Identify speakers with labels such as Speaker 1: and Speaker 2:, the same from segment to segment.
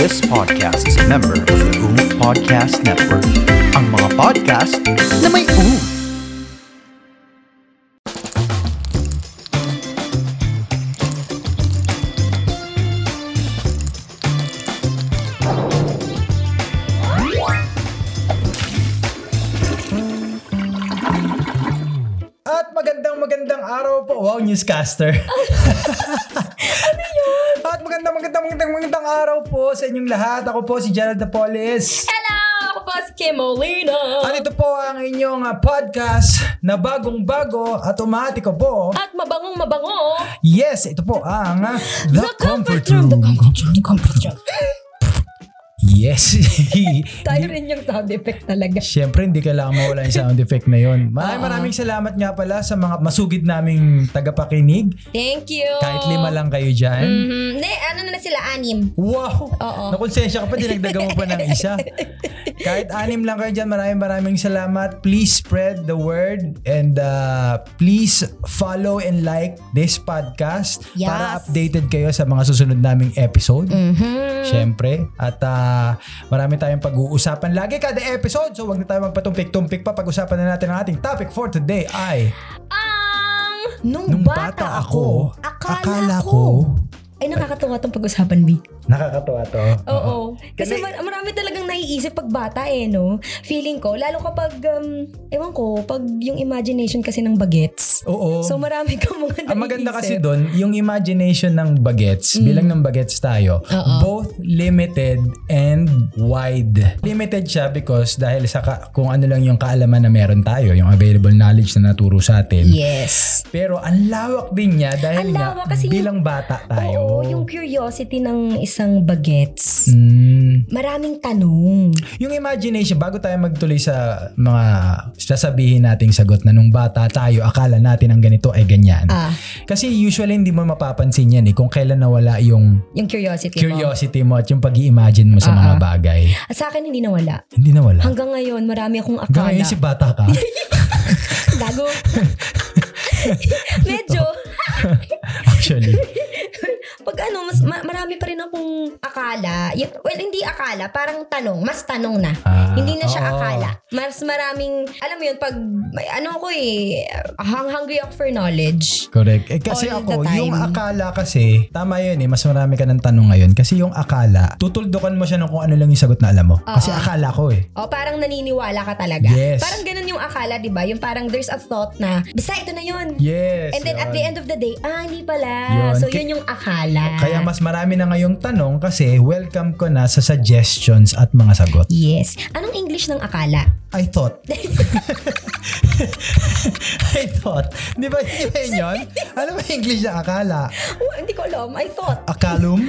Speaker 1: This podcast is a member of the OOF Podcast Network. Ang mga podcast na may OOF.
Speaker 2: At magandang magandang araw po. Wow, newscaster. ano
Speaker 3: Ano
Speaker 2: yun? At magandang magandang magandang magandang araw po sa inyong lahat. Ako po si Gerald Napoles.
Speaker 3: Hello! Ako po si Kim Molina.
Speaker 2: At ito po ang inyong ah, podcast na bagong-bago at umaatiko po.
Speaker 3: At mabangong mabango.
Speaker 2: Yes, ito po ang ah,
Speaker 3: The Comfort Room. The Comfort Room. The Comfort Room.
Speaker 2: Yes.
Speaker 3: Tayo rin yung sound effect talaga.
Speaker 2: Siyempre, hindi kailangan mawala yung sound effect na yun. Maraming maraming salamat nga pala sa mga masugid naming tagapakinig.
Speaker 3: Thank you.
Speaker 2: Kahit lima lang kayo dyan.
Speaker 3: Mhm. Hindi, ano na sila, anim.
Speaker 2: Wow!
Speaker 3: Oo.
Speaker 2: Nakonsensya ka pa, dinagdagan mo pa ng isa. Kahit anim lang kayo dyan, maraming maraming salamat. Please spread the word and uh, please follow and like this podcast
Speaker 3: Yes.
Speaker 2: para updated kayo sa mga susunod naming episode.
Speaker 3: Mhm.
Speaker 2: Siyempre. At ah, marami tayong pag-uusapan lagi kada episode. So wag na tayo magpatumpik-tumpik pa. Pag-usapan na natin ang ating topic for today ay...
Speaker 3: Ang... Nung,
Speaker 2: Nung bata ako, akala ko-
Speaker 3: Ay, nakakatuwa tong pag-usapan, B.
Speaker 2: Nakakatawa to.
Speaker 3: Oo. Kasi
Speaker 2: Kasi-
Speaker 3: mar- marami talagang naiisip pag bata eh, no? Feeling ko, lalo kapag, um, ewan ko, pag yung imagination kasi ng bagets.
Speaker 2: Oo.
Speaker 3: So marami kang mga naiisip. Mm.
Speaker 2: Ang maganda kasi doon, yung imagination ng bagets, bilang ng bagets tayo, both limited and wide. Limited siya because dahil sa ka- kung ano lang yung kaalaman na meron tayo, yung available knowledge na naturo sa atin.
Speaker 3: Yes.
Speaker 2: Pero ang lawak din niya dahil
Speaker 3: Ang
Speaker 2: nga
Speaker 3: lawak kasi yung-
Speaker 2: bilang bata tayo.
Speaker 3: Oo, yung curiosity ng isang bagets.
Speaker 2: Mm.
Speaker 3: Maraming tanong.
Speaker 2: Yung imagination, bago tayo magtuloy sa mga sasabihin nating sagot na nung bata tayo, akala natin ang ganito ay ganyan.
Speaker 3: Ah,
Speaker 2: Kasi usually hindi mo mapapansin yan eh kung kailan nawala yung
Speaker 3: yung curiosity mo.
Speaker 2: curiosity mo at yung pag-i-imagine mo sa mga bagay.
Speaker 3: Sa akin, hindi nawala.
Speaker 2: Hindi na wala.
Speaker 3: Hanggang ngayon, marami akong
Speaker 2: Hanggang
Speaker 3: akala.
Speaker 2: ngayon si bata ka.
Speaker 3: Gago. Medyo,
Speaker 2: Actually.
Speaker 3: pag ano, mas ma- marami pa rin akong akala. Y- well, hindi akala, parang tanong. Mas tanong na.
Speaker 2: Ah,
Speaker 3: hindi na siya
Speaker 2: oo.
Speaker 3: akala. Mas maraming, alam mo yun, pag, may- ano ako eh, hung- hungry ako for knowledge.
Speaker 2: Correct. Eh, kasi
Speaker 3: All
Speaker 2: ako,
Speaker 3: the time.
Speaker 2: yung akala kasi, tama yun eh, mas marami ka ng tanong ngayon. Kasi yung akala, tutuldukan mo siya ng kung ano lang yung sagot na alam mo. Kasi akala ko eh.
Speaker 3: O Oh, parang naniniwala ka talaga.
Speaker 2: Yes.
Speaker 3: Parang ganun yung akala, di ba? Yung parang there's a thought na, basta ito na yun.
Speaker 2: Yes.
Speaker 3: And then at
Speaker 2: yun.
Speaker 3: the end of the day, ah, hindi pala.
Speaker 2: Yun.
Speaker 3: So
Speaker 2: Ki-
Speaker 3: yun yung akala.
Speaker 2: Kaya mas marami na ngayong tanong kasi welcome ko na sa suggestions at mga sagot.
Speaker 3: Yes. Anong English ng akala?
Speaker 2: I thought. I thought. Di ba di ba yun yun? Ano ba English na akala?
Speaker 3: Oh, hindi ko alam. I thought.
Speaker 2: Akalum?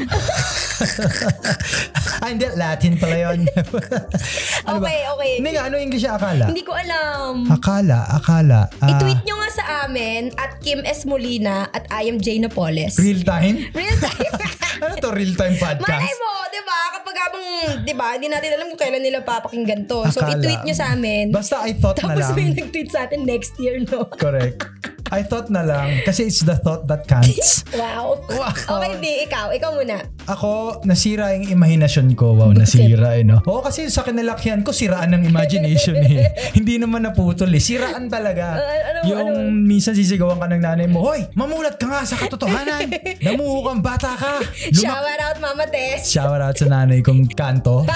Speaker 2: ah, hindi. Latin pala yun. ano
Speaker 3: okay, okay.
Speaker 2: Hindi nga, ano English yung akala?
Speaker 3: Hindi ko alam.
Speaker 2: Akala, akala. ah,
Speaker 3: I-tweet nyo nga sa amin at Kim S. Molina at I am Jay Napoles.
Speaker 2: Real time?
Speaker 3: Real time.
Speaker 2: Ano to, real time
Speaker 3: Malay
Speaker 2: podcast?
Speaker 3: mo, di ba? Kapag habang, di ba, hindi natin alam kung kailan nila papakinggan to. So,
Speaker 2: Akala.
Speaker 3: i-tweet nyo sa amin.
Speaker 2: Basta I thought na
Speaker 3: Tapos may
Speaker 2: lang.
Speaker 3: nag-tweet sa atin next year, no?
Speaker 2: Correct. I thought na lang. Kasi it's the thought that counts.
Speaker 3: Wow.
Speaker 2: Wow.
Speaker 3: Okay, B, ikaw. Ikaw muna.
Speaker 2: Ako, nasira yung imahinasyon ko. Wow, nasira eh, no? Oo, kasi sa kinalakyan ko, siraan ng imagination eh. Hindi naman naputol eh. Siraan talaga.
Speaker 3: Uh, ano-
Speaker 2: yung minsan sisigawan ka ng nanay mo, Hoy, mamulat ka nga sa katotohanan. Namuho kang bata ka. Luma-
Speaker 3: Shower out, Mama Tess.
Speaker 2: Shower out sa nanay kong kanto.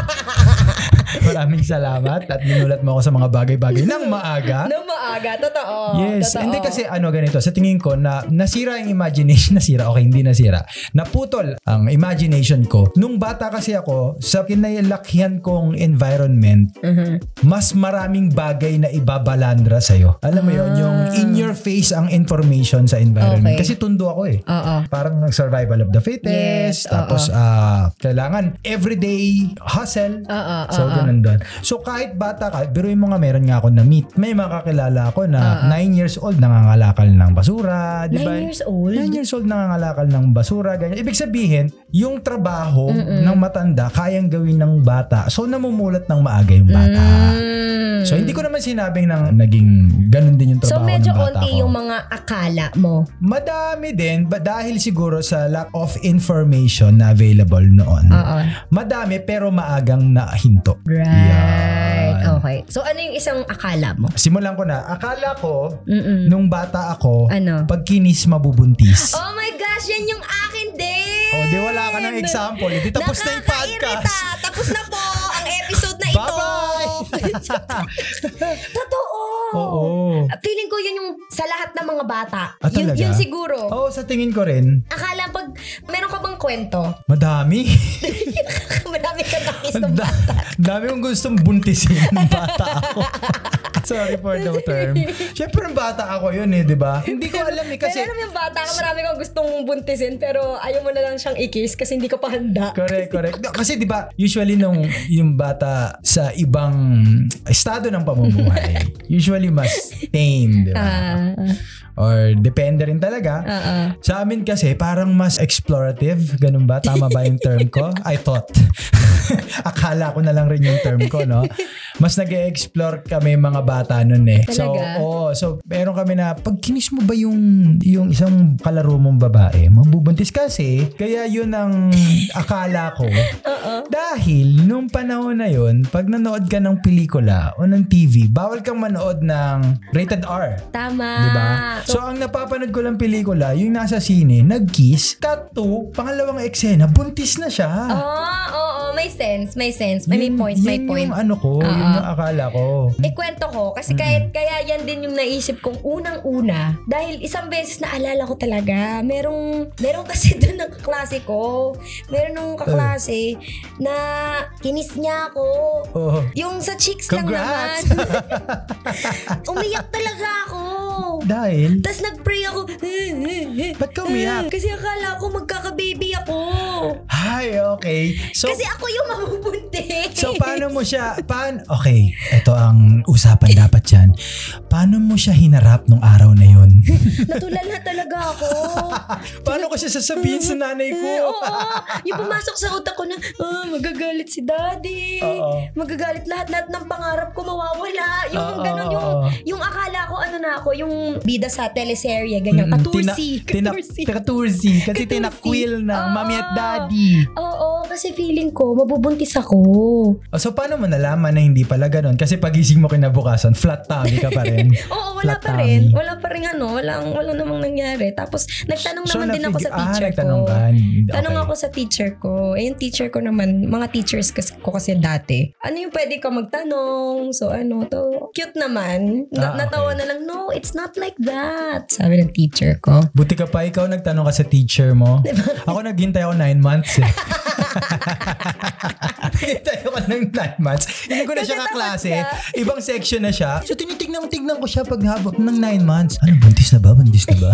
Speaker 2: Maraming salamat at minulat mo ako sa mga bagay-bagay ng maaga.
Speaker 3: No maaga, totoo.
Speaker 2: Yes,
Speaker 3: totoo.
Speaker 2: hindi kasi ano ganito, sa tingin ko na nasira yung imagination, nasira, okay, hindi nasira. Naputol ang imagination ko. Nung bata kasi ako, sa kinalakyan kong environment,
Speaker 3: Mm-hmm.
Speaker 2: mas maraming bagay na ibabalandra sa'yo. Alam mo yon yung in your face ang information sa environment.
Speaker 3: Ah. Okay.
Speaker 2: Kasi tundo ako eh.
Speaker 3: Oo.
Speaker 2: Parang ang survival of the fittest.
Speaker 3: Yes,
Speaker 2: tapos, ah, kailangan everyday hustle.
Speaker 3: Oo,
Speaker 2: so, ganun doon. So, kahit bata ka, biruin mo nga, meron nga ako na meet. May makakilala ako na 9 years old, nangangalakal ng basura. Di ba?
Speaker 3: Ah, Nine years old?
Speaker 2: 9 years old, nangangalakal ng basura. Ganyan. Ibig sabihin, yung trabaho ng matanda, kayang gawin ng bata. So, namumulat ng maaga yung bata.
Speaker 3: Mm.
Speaker 2: So, hindi ko naman sinabing nang naging ganun din yung
Speaker 3: So
Speaker 2: trabaho
Speaker 3: medyo
Speaker 2: ng bata
Speaker 3: onti
Speaker 2: ko.
Speaker 3: yung mga akala mo.
Speaker 2: Madami din, ba dahil siguro sa lack of information na available noon.
Speaker 3: Oo.
Speaker 2: Madami pero maagang nahinto.
Speaker 3: Right.
Speaker 2: Yan.
Speaker 3: Okay. So ano yung isang akala mo?
Speaker 2: Simulan ko na. Akala ko,
Speaker 3: Mm-mm.
Speaker 2: nung bata ako,
Speaker 3: Ano?
Speaker 2: pag kinis mabubuntis.
Speaker 3: Oh my gosh, yan yung akin din!
Speaker 2: O, Oh, di wala ka ng example. Di tapos na yung podcast.
Speaker 3: Nakakairita. Tapos na po ang episode na ito.
Speaker 2: Bye-bye!
Speaker 3: Totoo!
Speaker 2: Oo.
Speaker 3: Feeling ko yun yung sa lahat ng mga bata.
Speaker 2: Ah,
Speaker 3: yun,
Speaker 2: talaga?
Speaker 3: yun siguro.
Speaker 2: Oo, sa tingin ko rin,
Speaker 3: Akala pag meron ka bang kwento,
Speaker 2: madami.
Speaker 3: marami ka nakis
Speaker 2: Ang
Speaker 3: ng
Speaker 2: da- dami kong gustong buntisin ng bata ako. Sorry for the term. Siyempre, ang bata ako yun eh, di ba? Hindi ko alam eh, kasi...
Speaker 3: Pero alam mo yung bata ka, marami kang gustong buntisin pero ayaw mo na lang siyang ikis kasi hindi ka pa handa.
Speaker 2: Correct, correct. No, kasi 'di ba, usually nung yung bata sa ibang estado ng pamumuhay, usually mas tame, 'di ba?
Speaker 3: Ah,
Speaker 2: Or depende rin talaga.
Speaker 3: ah, ah.
Speaker 2: Sa amin kasi, parang mas explorative. Ganun ba? Tama ba yung term ko? I thought. Akala ko na lang rin yung term ko, no? Mas nag explore kami mga bata nun eh.
Speaker 3: Talaga?
Speaker 2: So, oo. so, meron kami na, pag kinis mo ba yung, yung isang kalaro mong babae, mabubuntis kasi. Kaya yun ang akala ko. Dahil, nung panahon na yun, pag nanood ka ng pelikula o ng TV, bawal kang manood ng rated R.
Speaker 3: Tama.
Speaker 2: Diba?
Speaker 3: Ah.
Speaker 2: So, ang napapanood ko lang pelikula, yung nasa sine, nag-kiss, cut to, pangalawang eksena, buntis na siya.
Speaker 3: Oo, oo, oo, may sense, may sense. Ah,
Speaker 2: Ah.
Speaker 3: May, may
Speaker 2: Yun-
Speaker 3: point, may
Speaker 2: yun
Speaker 3: point.
Speaker 2: yung
Speaker 3: Ah,
Speaker 2: ano ko, yun
Speaker 3: Oo.
Speaker 2: yung akala ko.
Speaker 3: Ikwento ko kasi kahit kaya yan din yung naisip kong unang-una dahil isang beses naalala ko talaga merong merong kasi doon ng kaklase ko meron nung kaklase na kinis niya ako
Speaker 2: Oh.
Speaker 3: yung sa cheeks
Speaker 2: Congrats!
Speaker 3: lang naman umiyak talaga ako
Speaker 2: Dahil,
Speaker 3: tas nag-pray ako
Speaker 2: Ba't ka umiyak?
Speaker 3: kasi akala ko magkakababy ako
Speaker 2: hi, okay. So,
Speaker 3: kasi ako yung mabubuntis
Speaker 2: so paano mo siya, paano, okay, ito ang usapan dapat yan. Paano mo siya hinarap nung araw na yun?
Speaker 3: natulala talaga ako
Speaker 2: paano ko siya sasabihin sa nanay ko?
Speaker 3: Oo. Yung pumasok sa utak ko na, ah, magagalit si daddy.
Speaker 2: Oo.
Speaker 3: Magagalit lahat-lahat ng pangarap ko mawawala. Yung
Speaker 2: Oo,
Speaker 3: ganun, yung,
Speaker 2: oo.
Speaker 3: yung akala ko, ano na ako, yung bida sa teleserye, ganyan.
Speaker 2: Mm,
Speaker 3: Katursi.
Speaker 2: tina-
Speaker 3: katursi.
Speaker 2: tina- Katursi. Kasi
Speaker 3: Katursi.
Speaker 2: tinakwil ng
Speaker 3: Oo.
Speaker 2: mami at daddy.
Speaker 3: Oo, kasi feeling ko, mabubuntis ako.
Speaker 2: Oh, So, paano mo nalaman na hindi pala ganun? Kasi pagising mo kinabukasan, flat tummy ka pa rin.
Speaker 3: Oo, wala
Speaker 2: Flat
Speaker 3: pa rin.
Speaker 2: tummy.
Speaker 3: Wala pa rin ano, walang, wala namang nangyari. Tapos, nagtanong naman din ako sa
Speaker 2: nafig-
Speaker 3: teacher
Speaker 2: ah,
Speaker 3: ko.
Speaker 2: nagtanong Ka. Okay.
Speaker 3: Tanong ako sa teacher ko. Eh, yung teacher ko naman, mga teachers kas- ko kasi dati. Ano yung pwede ka magtanong? So, ano to? Cute naman. Na-
Speaker 2: Ah, okay.
Speaker 3: Natawa na lang, no, it's not like that. Sabi ng teacher ko.
Speaker 2: Buti ka pa, ikaw nagtanong ka sa teacher mo. Ako naghintay ako nine months eh. naghintay ako ng nine months. Hindi ko na siya kaklase. Ibang section na siya. So tinitignan-tignan ko siya pag habang ng nine months. Ano, buntis na ba? Buntis na ba?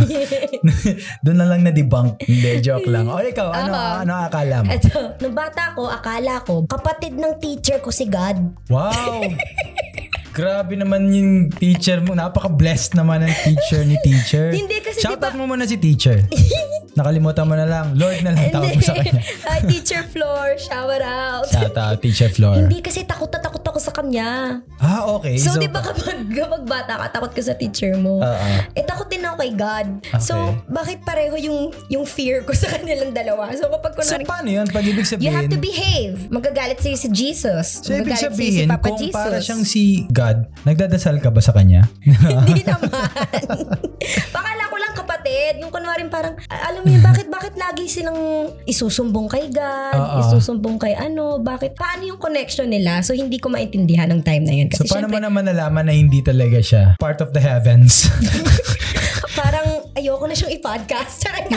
Speaker 2: Doon na lang na-debunk. Hindi, joke lang. O ikaw, ano,
Speaker 3: Ako.
Speaker 2: ano akala mo?
Speaker 3: Eto, nung bata ko, akala ko, kapatid ng teacher ko si God.
Speaker 2: Wow! Grabe naman yung teacher mo. Napaka-blessed naman ang teacher ni teacher.
Speaker 3: Hindi, kasi
Speaker 2: Shout
Speaker 3: diba-
Speaker 2: out mo muna si teacher. Nakalimutan mo na lang. Lord na lang tawag mo sa kanya.
Speaker 3: Ay, teacher floor, shower out.
Speaker 2: Shout out, teacher Flor.
Speaker 3: Hindi kasi takot na takot ako sa kanya.
Speaker 2: Ah, okay.
Speaker 3: So, di ba kapag, kapag bata ka, takot ka sa teacher mo?
Speaker 2: Oo.
Speaker 3: Eh, takot din ako kay God. So,
Speaker 2: Okay.
Speaker 3: bakit pareho yung yung fear ko sa kanilang dalawa? So, kapag
Speaker 2: So,
Speaker 3: kunwari,
Speaker 2: paano yun? Pag ibig
Speaker 3: you
Speaker 2: sabihin...
Speaker 3: have to behave. Magagalit sa'yo si Jesus.
Speaker 2: So, ibig
Speaker 3: Magagalit sa'yo
Speaker 2: sabihin,
Speaker 3: si Papa
Speaker 2: kung
Speaker 3: Jesus.
Speaker 2: para siyang si God, nagdadasal ka ba sa kanya?
Speaker 3: Hindi naman. Pakala ko lang kapatid. Yung kunwarin parang, a- alam mo yun, bakit, bakit lagi silang isusumbong kay God,
Speaker 2: Oo.
Speaker 3: isusumbong kay ano, bakit, paano yung connection nila? So, hindi ko maintindihan ng time na yun.
Speaker 2: so,
Speaker 3: Kasi
Speaker 2: paano
Speaker 3: syempre,
Speaker 2: mo naman nalaman na hindi talaga siya part of the heavens?
Speaker 3: parang ayoko na siyang i-podcast. Charot.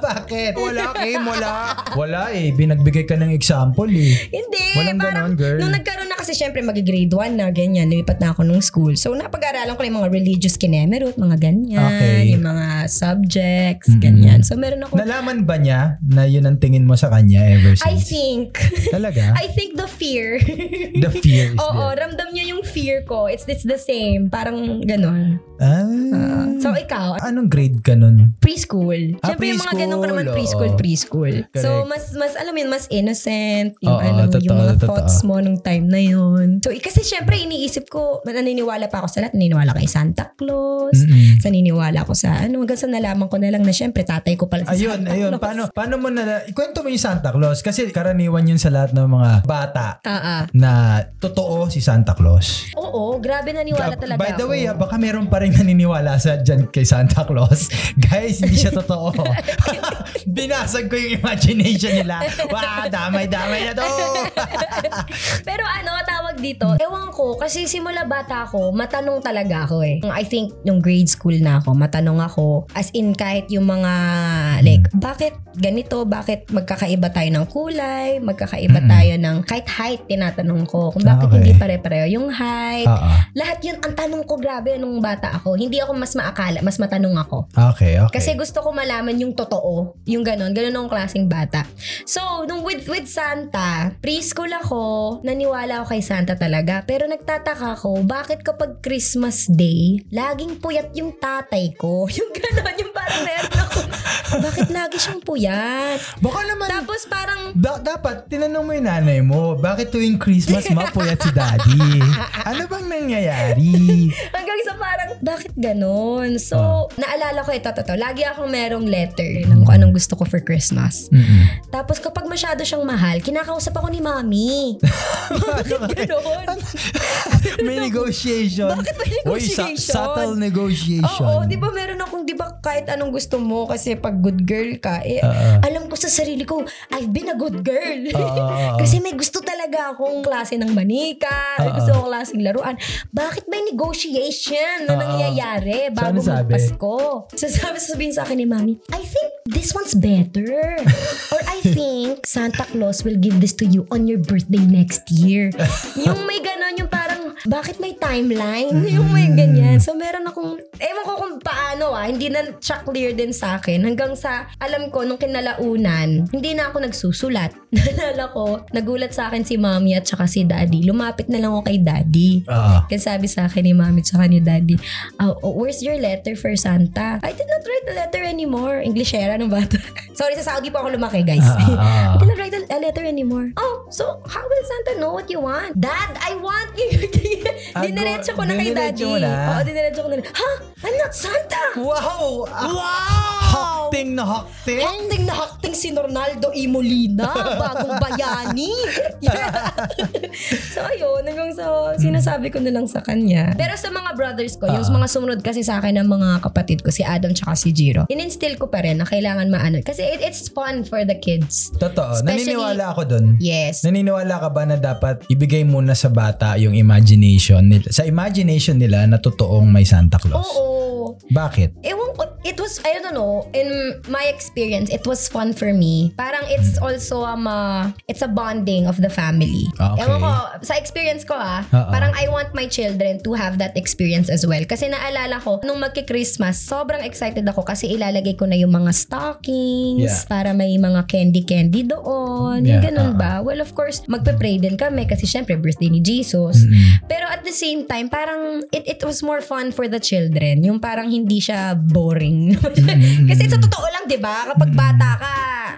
Speaker 2: Bakit? Wala, Kim. Wala. Wala eh. Binagbigay ka ng example eh.
Speaker 3: Hindi.
Speaker 2: Walang ganon,
Speaker 3: parang,
Speaker 2: girl.
Speaker 3: Nung nagkaroon na kasi syempre mag-grade 1 na, ganyan, lumipat na ako nung school. So, napag-aralan ko lang yung mga religious kinemerut, mga ganyan,
Speaker 2: Okay. Mm-hmm.
Speaker 3: yung mga subjects, ganyan. So, meron ako,
Speaker 2: Nalaman ba niya na yun ang tingin mo sa kanya ever
Speaker 3: I
Speaker 2: since?
Speaker 3: think,
Speaker 2: Talaga?
Speaker 3: I think the fear.
Speaker 2: The fear is
Speaker 3: Oo,
Speaker 2: there.
Speaker 3: ramdam niya yung fear ko. It's, it's the same. Parang ganon.
Speaker 2: Ah,
Speaker 3: So, ikaw,
Speaker 2: anong grade ka nun?
Speaker 3: preschool.
Speaker 2: Ah,
Speaker 3: Siyempre yung mga
Speaker 2: preschool,
Speaker 3: ganun ka naman
Speaker 2: oo.
Speaker 3: preschool, preschool.
Speaker 2: Correct.
Speaker 3: So mas mas alam mo yun, mas innocent yung
Speaker 2: Oo,
Speaker 3: ano,
Speaker 2: totoo,
Speaker 3: yung mga
Speaker 2: totoo.
Speaker 3: thoughts mo nung time na yun. So, eh, kasi syempre, iniisip ko, naniniwala pa ako sa lahat. Naniniwala kay Santa Claus.
Speaker 2: Mm-mm.
Speaker 3: Sa naniniwala ako sa, ano, hanggang sa nalaman ko na lang na syempre, tatay ko pala si
Speaker 2: Ayun,
Speaker 3: Santa
Speaker 2: ayun.
Speaker 3: Claus.
Speaker 2: Paano, paano mo na, ikwento mo yung Santa Claus kasi karaniwan yun sa lahat ng mga bata
Speaker 3: Ah, ah.
Speaker 2: na totoo si Santa Claus.
Speaker 3: Oo, grabe naniwala talaga
Speaker 2: By the
Speaker 3: ako.
Speaker 2: way, ah, baka meron pa rin naniniwala sa dyan kay Santa Claus. Guys, hindi siya totoo. Binasag ko yung imagination nila. Wow, damay-damay na to.
Speaker 3: Pero ano, tawag dito, ewan ko, kasi simula bata ako, matanong talaga ako eh. I think, nung grade school na ako, matanong ako, as in kahit yung mga, like, bakit ganito, bakit magkakaiba tayo ng kulay, magkakaiba
Speaker 2: Mm-mm. Ah,
Speaker 3: tayo ng, kahit height, tinatanong ko, kung bakit
Speaker 2: Okay. Ah.
Speaker 3: hindi pare-pareho yung height.
Speaker 2: Oo.
Speaker 3: Lahat yun, ang tanong ko, grabe, nung bata ako, hindi ako mas maakala, mas matanong ako.
Speaker 2: Okay, okay.
Speaker 3: Kasi gusto ko malaman yung totoo. Yung ganon. Ganon ang klaseng bata. So, nung with, with Santa, preschool ako, naniwala ako kay Santa talaga. Pero nagtataka ako, bakit kapag Christmas Day, laging puyat yung tatay ko? Yung ganon, yung parang meron ako. bakit lagi siyang puyat?
Speaker 2: baka naman,
Speaker 3: Tapos parang,
Speaker 2: da- dapat tinanong mo yung nanay mo, bakit tuwing Christmas mapuyat si daddy? Ano bang nangyayari?
Speaker 3: hanggang sa parang, bakit ganon? So,
Speaker 2: Ah.
Speaker 3: naalala ko ito, totoo. Lagi akong merong letter ng kung anong gusto ko for Christmas.
Speaker 2: Mm. Mm-mm.
Speaker 3: Tapos kapag masyado siyang mahal, kinakausap ako ni mami. Bakit ganun?
Speaker 2: May negotiation.
Speaker 3: Ano Bakit may
Speaker 2: Uy, sa-
Speaker 3: negotiation?
Speaker 2: subtle negotiation.
Speaker 3: Oo, di ba meron akong, di ba kahit anong gusto mo kasi pag good girl ka, eh,
Speaker 2: Oo.
Speaker 3: alam ko sa sarili ko, I've been a good girl.
Speaker 2: Ah, Oo.
Speaker 3: kasi may gusto talaga akong klase ng manika, may
Speaker 2: Oo.
Speaker 3: gusto akong klaseng laruan. Bakit may negotiation na
Speaker 2: Oo.
Speaker 3: nangyayari bago
Speaker 2: Saan ah. ano sabi?
Speaker 3: magpasko? Sasabi, sabihin sa akin ni mami, I think this one's better. Or I think Santa Claus will give this to you on your birthday next year. yung may ganon, yung parang, bakit may timeline? Yung may ganyan. So meron akong, ewan ko kung paano ah, hindi na siya clear din sa akin. Hanggang sa, alam ko, nung kinalaunan, hindi na ako nagsusulat. Nalala ko, nagulat sa akin si mommy at saka si daddy. Lumapit na lang ako kay daddy.
Speaker 2: Oo.
Speaker 3: Kasi sabi sa akin ni mami tsaka ni daddy, "Ah, oh, where's your letter for Santa? I did not write a letter anymore. Englishera nung bata. Sorry, sa Saudi pa ako lumaki, guys.
Speaker 2: Ah, ah, ah.
Speaker 3: I did not write a, a letter anymore. Oh, so how will Santa know what you want? Dad, I want you.
Speaker 2: Ah,
Speaker 3: diniretso
Speaker 2: go-
Speaker 3: ko na kay daddy.
Speaker 2: diniretso mo na?
Speaker 3: Oo, diniretso ko na. Ha? I'm not Santa!
Speaker 2: Wow!
Speaker 3: Wow!
Speaker 2: Hakting Ah, na hakting!
Speaker 3: Hakting na hakting si Ronaldo Imolina, bagong bayani. so ayun, hanggang sa sinasabi ko na lang sa kanya. Pero sa mga brothers ko, yung mga sumunod kasi sa akin ng mga kapatid ko, si Adam tsaka si Jiro, in-instill ko pa rin na kailangan maano. Kasi it- it's fun for the kids.
Speaker 2: Totoo.
Speaker 3: Especially-
Speaker 2: naniniwala ako dun.
Speaker 3: Yes.
Speaker 2: Naniniwala ka ba na dapat ibigay muna sa bata yung imagination nila? Sa imagination nila na totoong may Santa Claus.
Speaker 3: Oo.
Speaker 2: Bakit?
Speaker 3: Ewan ko, it was, I don't know, in my experience, it was fun for me. Parang it's
Speaker 2: Hmm.
Speaker 3: also, um, uh, it's a bonding of the family.
Speaker 2: Ah, okay.
Speaker 3: Ewan ko, sa experience ko ah,
Speaker 2: Ah, ah.
Speaker 3: parang I want my children to have that experience as well. Kasi naalala ko, nung magki-Christmas, sobrang excited ako kasi ilalagay ko na yung mga stockings
Speaker 2: Yeah.
Speaker 3: para may mga candy-candy doon. Yung
Speaker 2: Yeah, ah,
Speaker 3: ganun ba? Well, of course, magpe-pray din kami kasi syempre birthday ni Jesus.
Speaker 2: Mm-hmm.
Speaker 3: Pero at the same time, parang it, it was more fun for the children. Yung parang hindi siya boring.
Speaker 2: Mm-hmm.
Speaker 3: Kasi sa totoo lang, di ba? Kapag bata ka,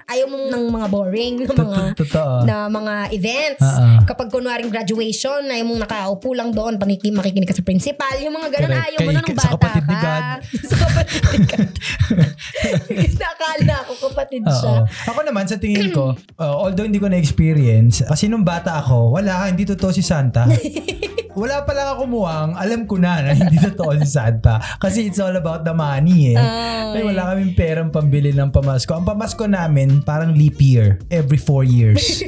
Speaker 3: ayaw mo ng mga boring, ng mga
Speaker 2: Tot- Totoo.
Speaker 3: na mga events.
Speaker 2: Ah, ah.
Speaker 3: Kapag kunwaring graduation, ayaw mong nakaupo lang doon, paniki, makikinig ka sa principal, yung mga ganun,
Speaker 2: Correct.
Speaker 3: ayaw mo na
Speaker 2: Kay-
Speaker 3: nung
Speaker 2: sa
Speaker 3: bata
Speaker 2: kapatid
Speaker 3: ka.
Speaker 2: ni God.
Speaker 3: sa kapatid ni God. Kasi akala ko kapatid
Speaker 2: Oo.
Speaker 3: siya.
Speaker 2: Ako naman sa tingin ko, uh, although hindi ko na-experience, kasi nung bata ako, wala, hindi totoo si Santa. wala pa lang ako muwang, alam ko na na hindi totoo si Santa. Kasi it's all about the money eh.
Speaker 3: Ah,
Speaker 2: Ay, wala kaming perang pambili ng pamasko. Ang pamasko namin, parang leap year. Every four years.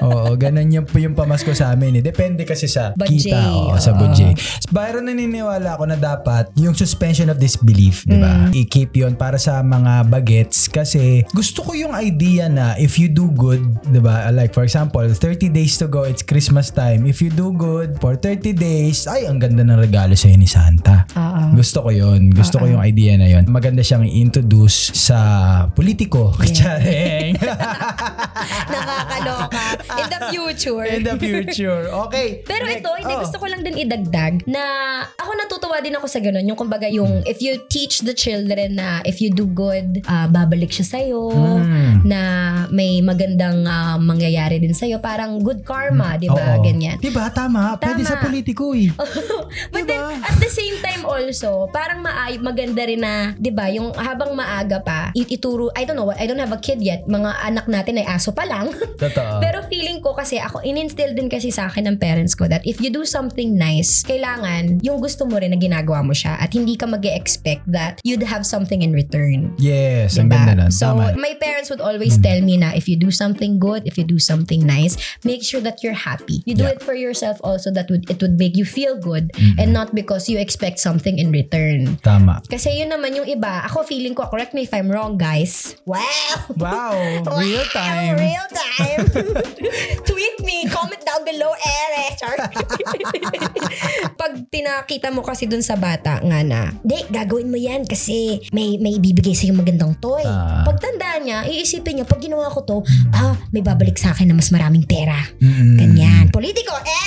Speaker 2: Oo, ganun yung, yung pamasko sa amin eh. Depende kasi sa
Speaker 3: Budget,
Speaker 2: kita. Oo, sa
Speaker 3: oo.
Speaker 2: budget. Byron, naniniwala ako na dapat yung suspension of disbelief, di
Speaker 3: Mm.
Speaker 2: ba? I-keep yun para sa mga bagets kasi gusto ko yung idea na if you do good, di ba? Like for example, 30 days to go, it's Christmas time. If you do good for 30 days, ay, ang ganda ng regalo sa'yo ni Santa.
Speaker 3: Ah, ah.
Speaker 2: Gusto ko yon Gusto ko yung idea na yon Maganda siyang i-introduce sa politiko. Kachareng.
Speaker 3: Nakakaloka. In the future.
Speaker 2: In the future. Okay.
Speaker 3: Pero
Speaker 2: Next.
Speaker 3: ito, hindi
Speaker 2: Oh.
Speaker 3: gusto ko lang din idagdag na ako natutuwa din ako sa ganun. Yung kumbaga yung if you teach the children na if you do good, ah, babalik siya sa'yo.
Speaker 2: Mm.
Speaker 3: Na may magandang ah, mangyayari din sa'yo. Parang good karma, di ba?
Speaker 2: Oo.
Speaker 3: Ganyan.
Speaker 2: Diba? Tama. Pwede
Speaker 3: Tama.
Speaker 2: sa politiko eh. Diba?
Speaker 3: But then, at the same time also, parang maay, maganda rin na, di ba, yung habang maaga pa, it- ituro, I don't know, I don't have a kid yet, mga anak natin ay aso pa lang.
Speaker 2: Totoo.
Speaker 3: Pero feeling ko kasi ako, in-instill din kasi sa akin ng parents ko that if you do something nice, kailangan yung gusto mo rin na ginagawa mo siya at hindi ka mag expect that you'd have something in return.
Speaker 2: yes. Ang
Speaker 3: Diba?
Speaker 2: ganda nun.
Speaker 3: So,
Speaker 2: Tama. Mm.
Speaker 3: my parents would always tell me na if you do something good, if you do something nice, make sure that you're happy. You do
Speaker 2: Yeah. Mm-hmm.
Speaker 3: it for yourself also that would it would make you feel good and not because you expect something in return.
Speaker 2: Tama.
Speaker 3: Kasi yun naman yung iba, ako feeling ko, correct me if I'm wrong guys. Wow!
Speaker 2: Wow. Real
Speaker 3: Wow,
Speaker 2: time.
Speaker 3: Real time. Tweet me. Comment down below, Ere. Char. Pag pinakita mo kasi dun sa bata nga na, di, gagawin mo yan kasi may, may ibibigay sa'yo magandang toy.
Speaker 2: Ah.
Speaker 3: Pag tanda niya, iisipin niya, pag ginawa ko to, ah, may babalik sa akin na mas maraming pera.
Speaker 2: Mm.
Speaker 3: Ganyan. Politiko, eh,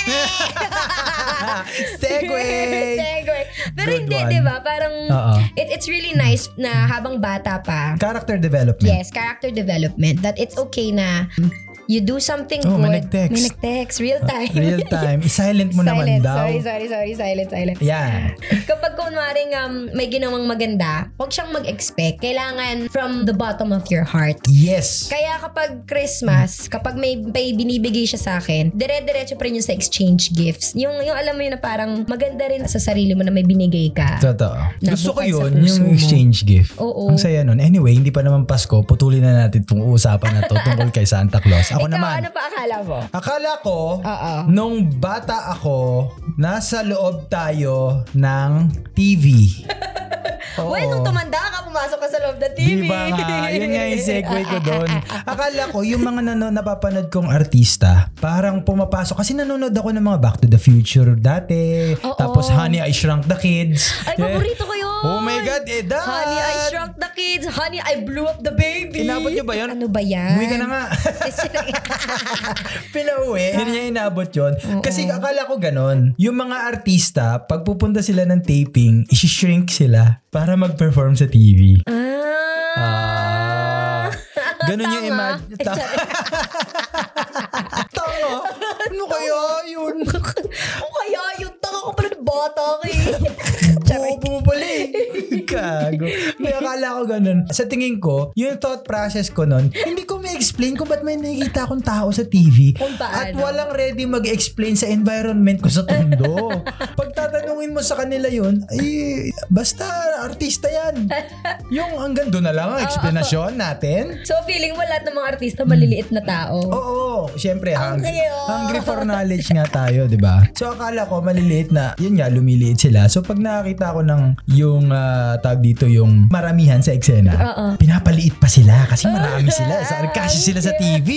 Speaker 3: Ere!
Speaker 2: Segway.
Speaker 3: Segway. Pero
Speaker 2: Good
Speaker 3: hindi,
Speaker 2: one.
Speaker 3: di ba? Parang,
Speaker 2: Oo.
Speaker 3: it, it's really nice na habang bata pa,
Speaker 2: Character development.
Speaker 3: Yes, character development. That it's okay na you do something
Speaker 2: Oh,
Speaker 3: good.
Speaker 2: may nag-text. Ah,
Speaker 3: May nag-text. Real time.
Speaker 2: Real time. Silent mo naman
Speaker 3: silent.
Speaker 2: daw.
Speaker 3: Sorry, sorry, sorry. Silent, silent.
Speaker 2: Yeah.
Speaker 3: Kapag kunwaring um, may ginawang maganda, huwag siyang mag-expect. Kailangan from the bottom of your heart.
Speaker 2: Yes.
Speaker 3: Kaya kapag Christmas, kapag may, may binibigay siya sa akin, dire-diretso pa rin yung sa exchange gifts. Yung, yung alam mo yun na parang maganda rin sa sarili mo na may binigay ka.
Speaker 2: Totoo. Gusto ko
Speaker 3: Nabukal sa
Speaker 2: yun,
Speaker 3: puso
Speaker 2: yung
Speaker 3: mo.
Speaker 2: exchange gift.
Speaker 3: Oo.
Speaker 2: Ang saya nun. Anyway, hindi pa naman Pasko. Putulin na natin itong uusapan na to tungkol kay Santa Claus. Ako
Speaker 3: Ikaw,
Speaker 2: naman.
Speaker 3: ano pa akala mo?
Speaker 2: Akala ko,
Speaker 3: Oo.
Speaker 2: nung bata ako, nasa loob tayo ng TV. Oo.
Speaker 3: Well, nung tumanda ka, pumasok ka sa loob ng TV.
Speaker 2: Di ba nga? Yun nga yung segue ko doon. Akala ko, yung mga nano, napapanood kong artista, parang pumapasok. Kasi nanonood ako ng mga Back to the Future dati.
Speaker 3: Oo.
Speaker 2: Tapos Honey, I Shrunk the Kids.
Speaker 3: Ay,
Speaker 2: Yeah.
Speaker 3: paborito ko yun!
Speaker 2: Oh my God, eh, Dad!
Speaker 3: Honey, I shrunk the kids. Honey, I blew up the baby.
Speaker 2: Inabot niyo ba yun?
Speaker 3: Ano ba yan?
Speaker 2: Umuwi ka na nga. Pinauwi. Hindi niya inabot yun. Kasi akala ko ganun. Yung mga artista, pag pupunta sila ng taping, isi-shrink sila para mag-perform sa TV.
Speaker 3: ah!
Speaker 2: Ganun yung
Speaker 3: Tama.
Speaker 2: imagine. Tama. Tama. Ano kaya yun?
Speaker 3: Ang kaya yung tanga ko pala ng bata ko eh.
Speaker 2: Bobo pala eh. Gago. May akala ko ganun. Sa tingin ko, yung thought process ko nun, hindi ko ma-explain kung ba't may nakikita akong tao sa TV.
Speaker 3: Kung
Speaker 2: At
Speaker 3: paano.
Speaker 2: walang ready mag-explain sa environment ko sa tondo. Pag tatanungin mo sa kanila yun, eh, basta artista yan. Yung hanggang doon na lang ang explanation natin.
Speaker 3: so feeling mo lahat ng mga artista maliliit na
Speaker 2: Oh.
Speaker 3: tao.
Speaker 2: Oo, syempre hungry,
Speaker 3: Hungry, oh.
Speaker 2: hungry for knowledge nga tayo, 'di ba? So akala ko maliliit na, yun nga lumiliit sila. So pag nakakita ko ng yung ah, tag dito yung maramihan sa eksena,
Speaker 3: Oo.
Speaker 2: pinapaliit pa sila kasi marami sila. Sa kasi sila sa TV.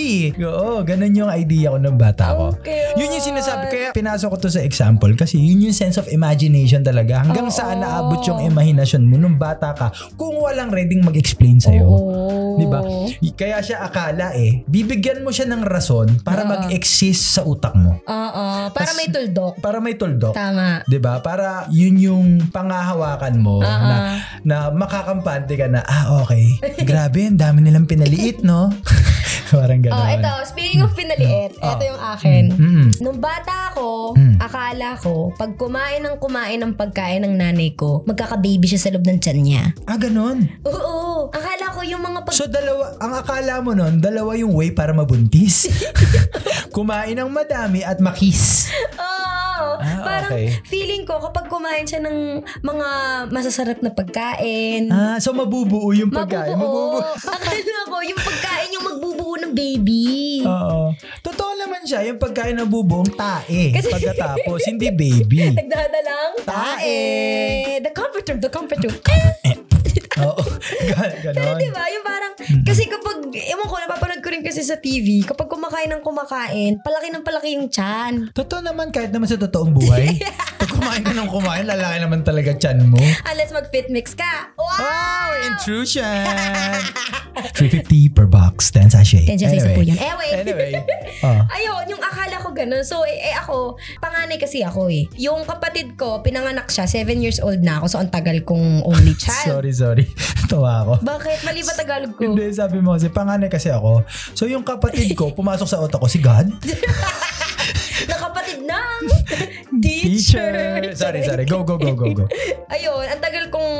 Speaker 2: Oo, ganun yung idea ko ng bata ko.
Speaker 3: Okay,
Speaker 2: Yun yung sinasabi kaya pinasok ko to sa example kasi yun yung sense of imagination talaga. Hanggang saan naabot yung imahinasyon mo nung bata ka kung walang ready mag-explain sa
Speaker 3: Oo.
Speaker 2: Di ba? Y- Kaya siya akala eh, bibigyan mo siya ng rason para mag-exist sa utak mo.
Speaker 3: Oo. Para may tuldok.
Speaker 2: Para may tuldok.
Speaker 3: Tama.
Speaker 2: 'Di ba? Para yun yung pangahawakan mo
Speaker 3: Ah,
Speaker 2: na na makakampante ka na ah okay. Grabe, ang dami nilang pinaliit, no? Parang ganoon.
Speaker 3: Oh, ito. Speaking of pinaliit,
Speaker 2: Oh.
Speaker 3: ito yung akin.
Speaker 2: Mm.
Speaker 3: Nung bata ako,
Speaker 2: Mm.
Speaker 3: akala ko, pag kumain ng kumain ng pagkain ng nanay ko, magkakababy siya sa loob ng tiyan niya.
Speaker 2: Ah, ganun.
Speaker 3: Oo. Akala ko yung mga pag...
Speaker 2: So dalawa, ang akala mo nun, dalawa yung way para mabuntis. Kumain ng madami at makis.
Speaker 3: Oo.
Speaker 2: Ah,
Speaker 3: parang
Speaker 2: okay.
Speaker 3: feeling ko kapag kumain siya ng mga masasarap na pagkain,
Speaker 2: Ah, so mabubuo yung pagkain.
Speaker 3: mabubuo.
Speaker 2: Mabubuo.
Speaker 3: akala ko yung pagkain yung magbubuo ng baby.
Speaker 2: Oo. Totoo naman siya, yung pagkain na bubuong tae.
Speaker 3: Kasi-
Speaker 2: Pagkatapos, hindi baby.
Speaker 3: Nagdadalang
Speaker 2: Tae.
Speaker 3: The comfort room, the comfort room.
Speaker 2: Oo. Gan-
Speaker 3: Pero diba?
Speaker 2: Ganon.
Speaker 3: di ba, yung parang, kasi kapag, ewan ko, napapanood ko rin kasi sa TV, kapag kumakain ng kumakain, palaki ng palaki yung chan.
Speaker 2: Totoo naman kahit naman sa totoong buhay. Pag kumain ka ng kumain, lalaki naman talaga chan mo.
Speaker 3: Unless mag-fit mix ka.
Speaker 2: Wow!
Speaker 3: Wow!
Speaker 2: Intrusion! 350 per box. 10 sachet.
Speaker 3: Tensya sa isa po yun. Anyway.
Speaker 2: Anyway. Ah.
Speaker 3: Ayun, yung akala ko ganun. So, eh, eh, ako, panganay kasi ako eh. Yung kapatid ko, pinanganak siya, 7 years old na ako. So, ang tagal kong only child.
Speaker 2: Sorry, sorry. Tawa ako.
Speaker 3: Bakit? Mali ba Tagalog ko?
Speaker 2: Hindi, sabi mo kasi panganay kasi ako. So yung kapatid ko, pumasok sa utak ko, si God?
Speaker 3: Nakapatid ng teacher.
Speaker 2: Sorry, sorry. Go, go, go, go, go.
Speaker 3: Ayun, ang tagal kong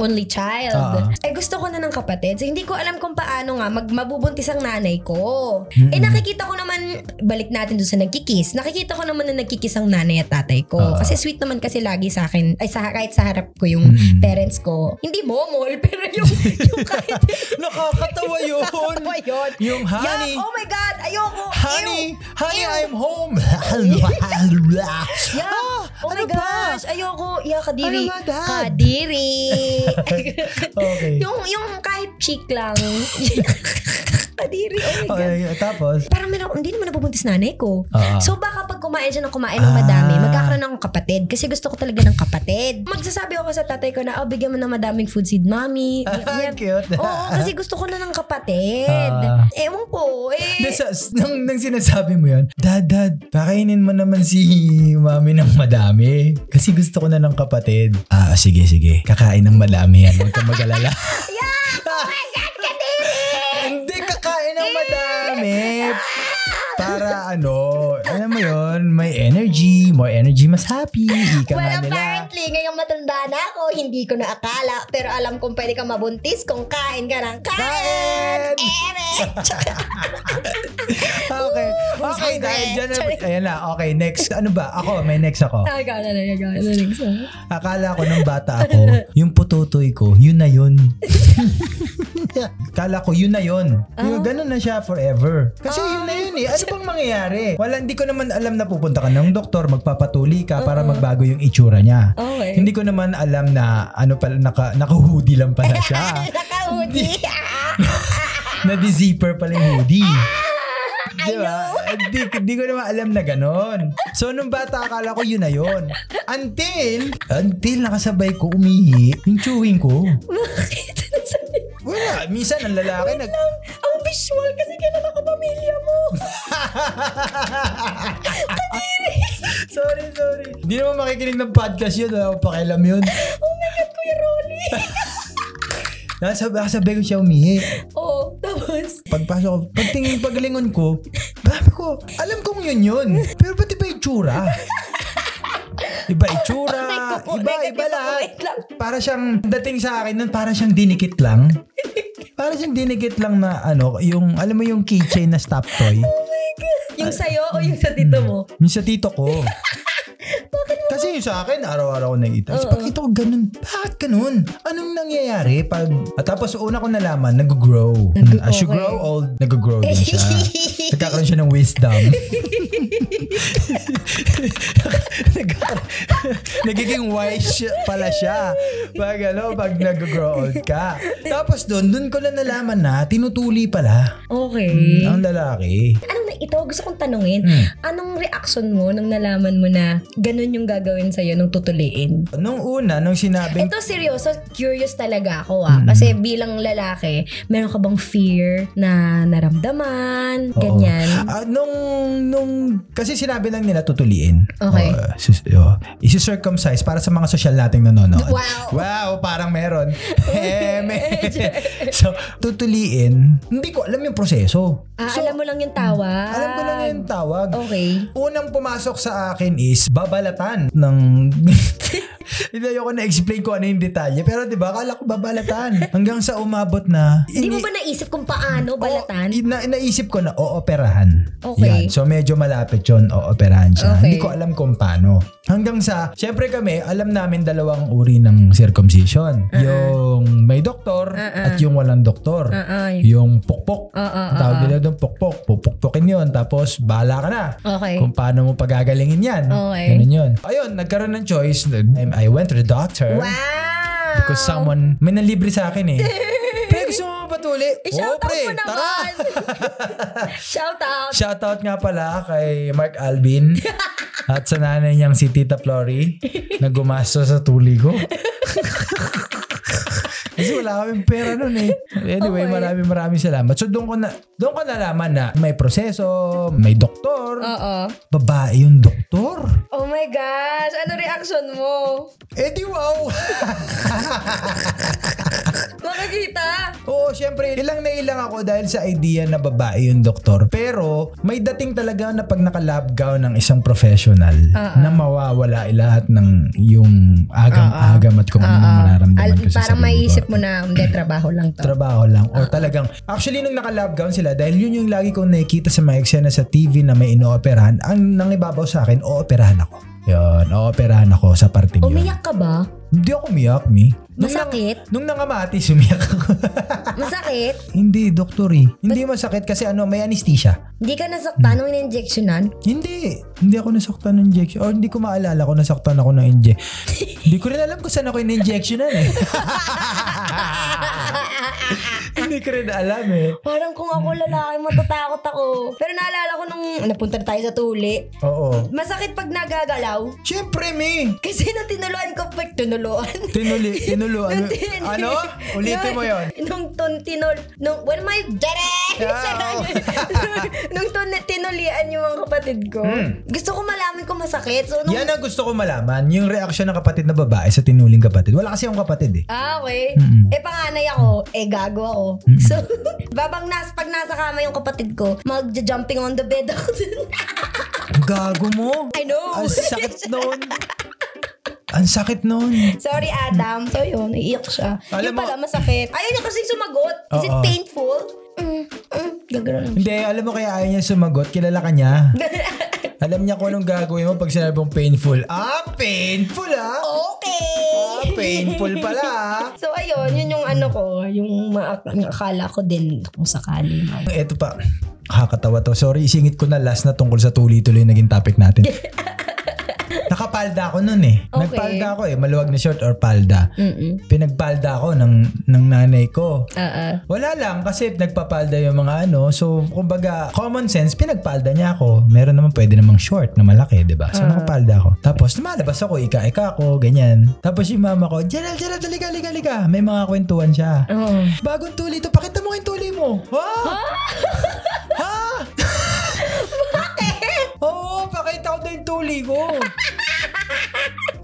Speaker 3: only child.
Speaker 2: Ah.
Speaker 3: Ay, gusto ko na ng kapatid. So, hindi ko alam kung paano nga mag mabubuntis ang nanay ko. Eh, nakikita ko naman, balik natin doon sa nagkikis, nakikita ko naman na nagkikis ang nanay at tatay ko.
Speaker 2: Ah.
Speaker 3: Kasi sweet naman kasi lagi sa akin, ay sa, kahit sa harap ko yung
Speaker 2: Mm.
Speaker 3: parents ko. Hindi momol, pero yung, yung kahit...
Speaker 2: Nakakatawa yun.
Speaker 3: Nakakatawa yun.
Speaker 2: Yung
Speaker 3: Yuck,
Speaker 2: honey.
Speaker 3: oh my God, ayoko.
Speaker 2: Honey,
Speaker 3: Ew.
Speaker 2: honey,
Speaker 3: Ew.
Speaker 2: I'm home.
Speaker 3: Yeah.
Speaker 2: Ah,
Speaker 3: oh
Speaker 2: ano
Speaker 3: my gosh. Ayoko. Yeah, kadiri.
Speaker 2: Ano ba, Dad?
Speaker 3: Kadiri.
Speaker 2: Okay.
Speaker 3: yung, yung kahit cheek lang. kadiri. Oh my God.
Speaker 2: Okay, tapos?
Speaker 3: Parang meron, hindi naman nabubuntis nanay ko.
Speaker 2: Ah.
Speaker 3: So baka pag kumain siya ng kumain ng
Speaker 2: Ah.
Speaker 3: madami, magkakaroon akong kapatid. Kasi gusto ko talaga ng kapatid. Magsasabi ako sa tatay ko na, oh, bigyan mo ng madaming food seed, mommy.
Speaker 2: Ah,
Speaker 3: Yan.
Speaker 2: cute.
Speaker 3: Oo, kasi gusto ko na ng kapatid.
Speaker 2: Ah.
Speaker 3: Ewan ko.
Speaker 2: Hindi,
Speaker 3: Eh,
Speaker 2: sa, nang, nang sinasabi mo yun, Dad, Dad, pakainin mo naman si Mami ng madami. Kasi gusto ko na ng kapatid. Ah, sige, sige. Kakain ng madami yan. Huwag kang mag-alala. Hindi, kakain ng madami. Para ano, alam mo yun, may energy. More energy, mas happy. Ika nga
Speaker 3: Well,
Speaker 2: nila.
Speaker 3: apparently, ngayong matanda na ako, hindi ko na akala. Pero alam kong pwede kang mabuntis kung kain ka ng kain!
Speaker 2: Kain!
Speaker 3: Ere!
Speaker 2: Okay.
Speaker 3: who's
Speaker 2: Okay, dahil
Speaker 3: hungry?
Speaker 2: dyan na,
Speaker 3: Sorry.
Speaker 2: ayan na, okay, next. Ano ba? Ako, may next ako.
Speaker 3: Ah, ikaw na lang, ikaw na lang.
Speaker 2: Akala ko nung bata ako, yung pututoy ko, yun na yun. Akala ko, yun na yun. Yung ganun na siya forever. Kasi yun na yun eh. Ano bang mangyayari? Wala, hindi ko naman alam na pupunta ka ng doktor, magpapatuli ka para magbago yung itsura niya.
Speaker 3: Okay.
Speaker 2: Hindi ko naman alam na ano pala, naka, naka-hoodie lang pala siya.
Speaker 3: Nakaudi!
Speaker 2: na di zipper pala yung hoodie.
Speaker 3: I know!
Speaker 2: Di, di ko naman alam na ganon. So, nung bata, akala ko yun na yun. Until, until nakasabay ko umihi, yung chewing ko.
Speaker 3: Bakit?
Speaker 2: Wala, minsan ang lalaki nag...
Speaker 3: Ang visual kasi kailan ako pamilya mo.
Speaker 2: sorry, sorry. Hindi naman makikinig ng podcast yun. Wala akong pakialam yun.
Speaker 3: Oh my God, Kuya Rolly!
Speaker 2: Nakasabay, nakasabay ko siya umihi.
Speaker 3: Oo, Oh, tapos...
Speaker 2: Pagpasok ko, pagtingin paglingon ko, sabi ko, alam kong yun yun. Pero ba't iba itsura? Iba itsura,
Speaker 3: Aray ko po,
Speaker 2: iba,
Speaker 3: negative
Speaker 2: iba
Speaker 3: ako,
Speaker 2: lahat.
Speaker 3: wait lang.
Speaker 2: Para siyang, dating sa akin nun, para siyang dinikit lang. Para siyang dinikit lang na ano, yung, alam mo yung keychain na stop toy.
Speaker 3: oh Yung sa'yo o yung sa tito mo?
Speaker 2: Yung sa tito ko. Kasi yung sa akin, araw-araw ko nakita. Tapos pagkita ko ganun, bakit ganun? Anong nangyayari? Pag, at tapos una ko nalaman, nag-grow.
Speaker 3: Nag-
Speaker 2: As you
Speaker 3: okay.
Speaker 2: grow old, nag-grow din siya. Nagkakaroon siya ng wisdom. Nagkakaroon- Nagiging wise siya- pala siya. Pag ano, pag nag-grow old ka. Tapos doon, doon ko na nalaman na, tinutuli pala
Speaker 3: Okay.
Speaker 2: ang lalaki.
Speaker 3: Anong na- ito, gusto kong tanungin,
Speaker 2: Hmm.
Speaker 3: anong reaction mo nung nalaman mo na ganun yung gagawin sa'yo nung tutuliin?
Speaker 2: Nung una, nung sinabing
Speaker 3: Ito seryoso, curious talaga ako ah.
Speaker 2: Hmm.
Speaker 3: Kasi bilang lalaki, meron ka bang fear na naramdaman,
Speaker 2: Oo.
Speaker 3: ganyan?
Speaker 2: Ah, nung, nung, kasi sinabi lang nila tutuliin.
Speaker 3: Okay.
Speaker 2: Oh, sus, oh, isi-circumcise para sa mga social nating nanonood.
Speaker 3: Wow.
Speaker 2: Wow, parang meron. Eme. so, tutuliin. Hindi ko alam yung proseso.
Speaker 3: Ah,
Speaker 2: so,
Speaker 3: alam mo lang yung tawag.
Speaker 2: alam ko lang yung tawag.
Speaker 3: Okay.
Speaker 2: Unang pumasok sa akin is babalatan ng... Hindi ko na-explain ko ano yung detalye. Pero di ba, akala ko babalatan. Hanggang sa umabot na...
Speaker 3: Hindi mo ba naisip kung paano balatan?
Speaker 2: Oo, na, naisip ko na ooperahan.
Speaker 3: Okay.
Speaker 2: Yan. So medyo malapit yun, ooperahan siya.
Speaker 3: Okay.
Speaker 2: Hindi ko alam kung paano. Hanggang sa, syempre kami, alam namin dalawang uri ng circumcision.
Speaker 3: Uh-uh.
Speaker 2: Yung may doktor at yung walang doktor.
Speaker 3: Ah, ay.
Speaker 2: Yung pokpok.
Speaker 3: Ah, ah,
Speaker 2: Ang tawag nila doon pokpok. Pupukpukin yun. Tapos bahala ka na.
Speaker 3: Okay.
Speaker 2: Kung paano mo pagagalingin yan.
Speaker 3: Okay.
Speaker 2: Ganun yun. Ayun, nagkaroon ng choice. I I went to the doctor.
Speaker 3: Wow!
Speaker 2: Because someone, may nalibre sa akin eh. Pero gusto mo ba tuli.
Speaker 3: Eh, shout out mo
Speaker 2: tara!
Speaker 3: naman! shout out!
Speaker 2: Shoutout nga pala kay Mark Alvin at sa nanay niyang si Tita Flory na gumasta sa tuli ko. Kasi wala kaming pera nun eh. Anyway,
Speaker 3: Okay.
Speaker 2: maraming maraming salamat. So doon ko na doon ko nalaman na may proseso, may doktor.
Speaker 3: Oo.
Speaker 2: Babae yung doktor.
Speaker 3: Oh my gosh! Ano reaction mo?
Speaker 2: Eh di wow!
Speaker 3: Makikita!
Speaker 2: Oo, syempre, ilang na ilang ako dahil sa idea na babae yung doktor. Pero, may dating talaga na pag naka-lab gown ng isang professional,
Speaker 3: Ah,
Speaker 2: na mawawala lahat ng yung
Speaker 3: Ah,
Speaker 2: agam-agam at kung ano nang mararamdaman
Speaker 3: Al-
Speaker 2: ko sa sarili
Speaker 3: parang
Speaker 2: ko.
Speaker 3: maiisip mo na Ah, hindi, trabaho lang to.
Speaker 2: trabaho lang or talagang actually nung naka-lab gown sila dahil yun yung lagi kong nakikita sa mga eksena sa TV na may inooperahan ang nangibabaw sa akin ooperahan ako yun ooperahan ako sa parte yun
Speaker 3: Umiyak ka ba?
Speaker 2: hindi ako umiyak mi nung, nang-
Speaker 3: Masakit?
Speaker 2: nung nangamati sumiyak ako
Speaker 3: Masakit?
Speaker 2: Hindi, doktor eh. Hindi masakit kasi ano, may anesthesia.
Speaker 3: Hindi ka nasaktan nung in-injectionan?
Speaker 2: Hindi. Hindi ako nasaktan ng injection. Or hindi ko maalala kung nasaktan ako ng injection. hindi ko rin alam kung saan ako in-injectionan eh. hindi ko rin alam eh.
Speaker 3: Parang kung ako lalaki, matatakot ako. Pero naalala ko nung napunta na tayo sa tuli.
Speaker 2: Oo.
Speaker 3: Masakit pag nagagalaw.
Speaker 2: Siyempre, me.
Speaker 3: Kasi nung tinuluan ko, pag tinuluan.
Speaker 2: Tinuli, tinulo. Ano?
Speaker 3: Tin-
Speaker 2: ano? Ulitin mo yon.
Speaker 3: Nung tun, tinul... Nung, when my... Dere!
Speaker 2: Ah,
Speaker 3: Sarang- nung tun, tinulian yung mga kapatid ko. Gusto ko malaman kung masakit. So, nung...
Speaker 2: Hmm. Yan ang gusto ko malaman, yung reaksyon ng kapatid na babae sa tinuling kapatid. Wala kasi akong kapatid eh.
Speaker 3: Ah, okay. Eh, panganay ako. Eh, gago ako. So, babang nas, pag nasa kama yung kapatid ko, mag-jumping on the bed ako dun.
Speaker 2: Gago mo.
Speaker 3: I know.
Speaker 2: Ang sakit noon. Ang sakit noon.
Speaker 3: Sorry, Adam. So, yun. Iiyak siya.
Speaker 2: Alam
Speaker 3: Alam
Speaker 2: mo-
Speaker 3: pala, masakit. Ayaw niya kasi sumagot. Is it
Speaker 2: Oo.
Speaker 3: painful? Mm, mm. Gagano'n.
Speaker 2: Hindi, alam mo kaya ayaw niya sumagot. Kilala ka niya. alam niya kung anong gagawin mo pag sinabi mong painful. Ah, painful ah!
Speaker 3: okay.
Speaker 2: Ah, painful pala ah!
Speaker 3: So, ayun. Yun yung ano ko. Yung ma- yung akala ko din kung sakali. man.
Speaker 2: Eto pa. Nakakatawa to. Sorry, isingit ko na last na tungkol sa tuloy-tuloy naging topic natin. Nakapalda ako nun eh.
Speaker 3: Okay.
Speaker 2: Nagpalda ako eh. Maluwag na short or palda.
Speaker 3: Mm-mm. Ah.
Speaker 2: Pinagpalda ako ng, ng nanay ko.
Speaker 3: Oo.
Speaker 2: Wala lang kasi nagpapalda yung mga ano. So, kumbaga, common sense, pinagpalda niya ako. Meron naman pwede namang short na malaki, di ba? So, nakapalda ako. Tapos, lumalabas ako, ika-ika ako, ganyan. Tapos yung mama ko, Gerald, Gerald, halika, halika, halika. May mga kwentuhan siya.
Speaker 3: Oo.
Speaker 2: Bagong tuli to, pakita mo yung tuli mo. Ah. Ha? ha? Bakit? Oo, pakita ko na yung tuli ko.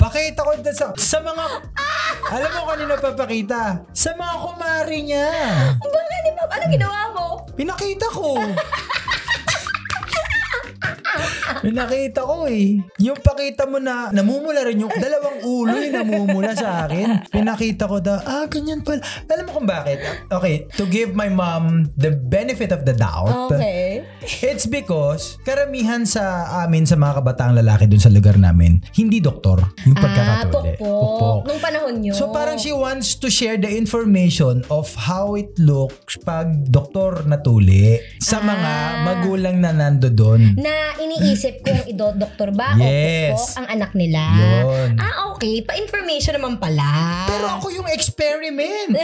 Speaker 2: pakita ko na sa, sa mga... Alam mo kanino papakita? Sa mga kumari niya.
Speaker 3: Bakit di ba?
Speaker 2: Hmm.
Speaker 3: Ano ginawa mo?
Speaker 2: Pinakita ko. Pinakita ko eh. Yung pakita mo na namumula rin yung dalawang ulo yung namumula sa akin. Pinakita ko daw, ah, ganyan pala. Alam mo kung bakit? Okay, to give my mom the benefit of the doubt.
Speaker 3: Okay.
Speaker 2: It's because karamihan sa amin sa mga kabataang lalaki dun sa lugar namin, hindi doktor yung
Speaker 3: Ah,
Speaker 2: pagkakatuli.
Speaker 3: pokpok. Nung panahon yun.
Speaker 2: eh. So parang she wants to share the information of how it looks pag doktor natuli sa mga magulang na nando doon.
Speaker 3: Ah. na iniisip kung idodoktor ba
Speaker 2: Yes.
Speaker 3: o pokpok ang anak nila.
Speaker 2: Yun.
Speaker 3: Ah, okay. Pa-information naman pala.
Speaker 2: Pero ako yung experiment.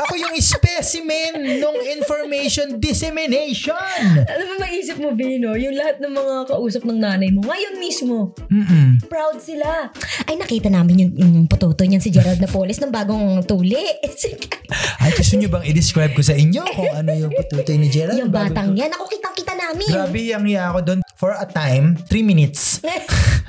Speaker 2: ako yung specimen ng information dissemination.
Speaker 3: Alam mo, maisip mo, Bino, yung lahat ng mga kausap ng nanay mo, ngayon mismo,
Speaker 2: Mm-mm.
Speaker 3: proud sila. Ay, nakita namin yung, yung pototo niyan si Gerald Napoles ng bagong tuli.
Speaker 2: Ay, gusto nyo bang i-describe ko sa inyo kung ano yung patutoy ni Gerald?
Speaker 3: yung
Speaker 2: Bago-
Speaker 3: batang yan, ako kitang-kita namin.
Speaker 2: Grabe yung hiya ako doon. For a time, 3 minutes.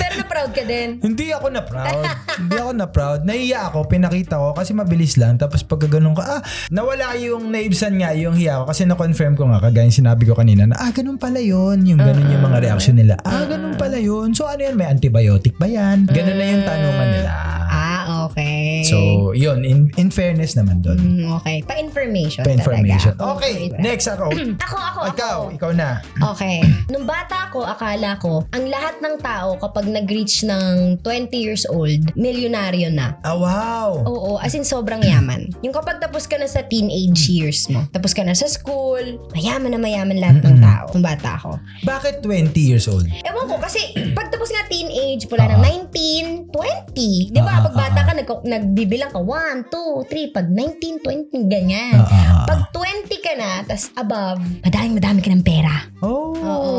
Speaker 3: Pero na-proud ka din.
Speaker 2: Hindi ako na proud. Hindi ako na proud. Nahiya ako, pinakita ko kasi mabilis lang. Tapos pag ganun ko, ah, nawala yung naibsan nga yung hiya ko kasi na-confirm ko nga kagaya yung sinabi ko kanina na ah, ganun pala yun. Yung ganun yung mga reaction nila. Ah, ganun pala yun. So ano yan, may antibiotic ba yan? Ganun na yung tanungan nila.
Speaker 3: Ah, okay.
Speaker 2: So, yun. In, in fairness naman doon.
Speaker 3: Mm, okay. Pa-information
Speaker 2: Pa information.
Speaker 3: talaga. Oh,
Speaker 2: Okay, next ako.
Speaker 3: Ako, ako,
Speaker 2: Ikaw,
Speaker 3: ako.
Speaker 2: ikaw na.
Speaker 3: Okay. Nung bata ako, akala ko, ang lahat ng tao kapag nag-reach ng 20 years old, milyonaryo na.
Speaker 2: Ah, wow.
Speaker 3: Oo, as in sobrang yaman. Yung kapag tapos ka na sa teenage years mo, tapos ka na sa school, mayaman na mayaman lahat ng tao. Nung bata ako.
Speaker 2: Bakit 20 years old?
Speaker 3: Ewan ko, kasi pag tapos nga teenage, mula ng 19, 20. Di ba?
Speaker 2: Ah,
Speaker 3: Pag bata
Speaker 2: ah,
Speaker 3: ka, nag, nagbibilang ka, 1, 2, 3, pag 19, 20, ganyan.
Speaker 2: Ah, ah, ah.
Speaker 3: Pag 20 ka na, tas above, madaling madami ka ng pera.
Speaker 2: Oh.
Speaker 3: Oo.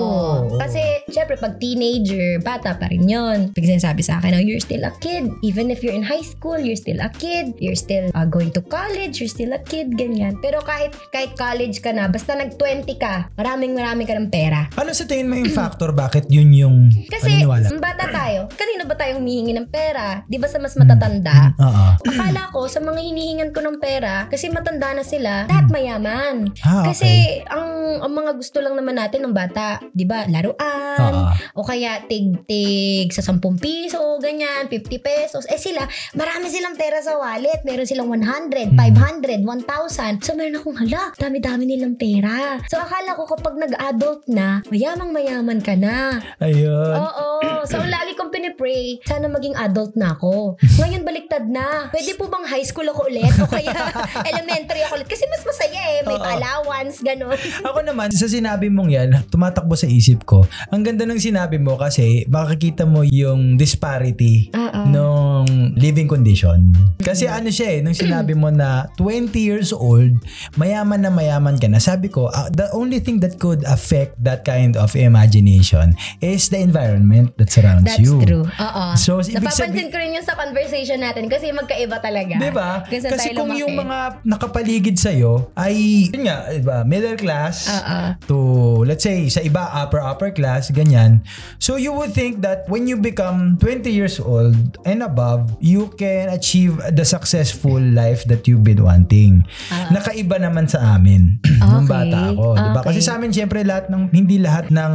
Speaker 3: Kasi, syempre, pag teenager, bata pa rin yun. Pag sinasabi sa akin, oh, you're still a kid. Even if you're in high school, you're still a kid. You're still uh, going to college, you're still a kid, ganyan. Pero kahit kahit college ka na, basta nag-20 ka, maraming marami ka ng pera.
Speaker 2: Ano sa tingin mo yung factor bakit yun yung
Speaker 3: Kasi,
Speaker 2: paniniwala?
Speaker 3: ang bata tayo, kanino ba tayo humihingi ng pera? Di ba sa mas matatanda?
Speaker 2: Oo.
Speaker 3: Akala ko, sa mga hinihingan ko ng pera, kasi matanda na sila, lahat mayaman.
Speaker 2: Ah, okay.
Speaker 3: Kasi, ang, ang mga gusto lang naman natin ng bata, di ba, laruan,
Speaker 2: Oo.
Speaker 3: o kaya tig-tig sa 10 piso, ganyan, 50 pesos. Eh sila, marami silang pera sa wallet. Meron silang
Speaker 2: Hmm.
Speaker 3: 100, 500, 1,000. So meron akong hala, dami-dami nilang pera. So akala ko kapag nag-adult na, mayamang mayaman ka na.
Speaker 2: Ayun.
Speaker 3: um, Oo. So lagi kong pinipray, sana maging adult na ako. Ngayon baliktad na. Pwede po bang high school ako ulit? O kaya elementary ako ulit? Kasi mas masaya eh. May
Speaker 2: Oo.
Speaker 3: allowance, ganun.
Speaker 2: Ako naman, sa sinabi mong yan, tumatakbo sa isip ko. Ang ganda ng sinabi mo kasi makikita mo yung disparity
Speaker 3: Oo. Mm.
Speaker 2: nung living condition. Kasi ano siya eh, nung sinabi mo na 20 years old, mayaman na mayaman ka na. Sabi ko, ah, the only thing that could affect that kind of imagination is the environment that surrounds
Speaker 3: That's
Speaker 2: you.
Speaker 3: true. Oo.
Speaker 2: So, ibig
Speaker 3: Napapansin ko rin yun sa conversation natin kasi magkaiba talaga.
Speaker 2: Di ba?
Speaker 3: Kung saan
Speaker 2: Diba? Kasi
Speaker 3: tayo
Speaker 2: kung
Speaker 3: lumaki.
Speaker 2: yung mga nakapaligid sa'yo ay, yun nga, di ba, middle class
Speaker 3: Oo.
Speaker 2: to, let's say, sa iba, upper, upper class, ganyan. So you would think that when you become 20 years old and above, you can achieve the successful life that you've been wanting. Nakaiba naman sa amin nung
Speaker 3: Ah, Okay.
Speaker 2: bata ako. Di ba?
Speaker 3: Okay.
Speaker 2: Kasi sa amin, syempre, lahat ng, hindi lahat ng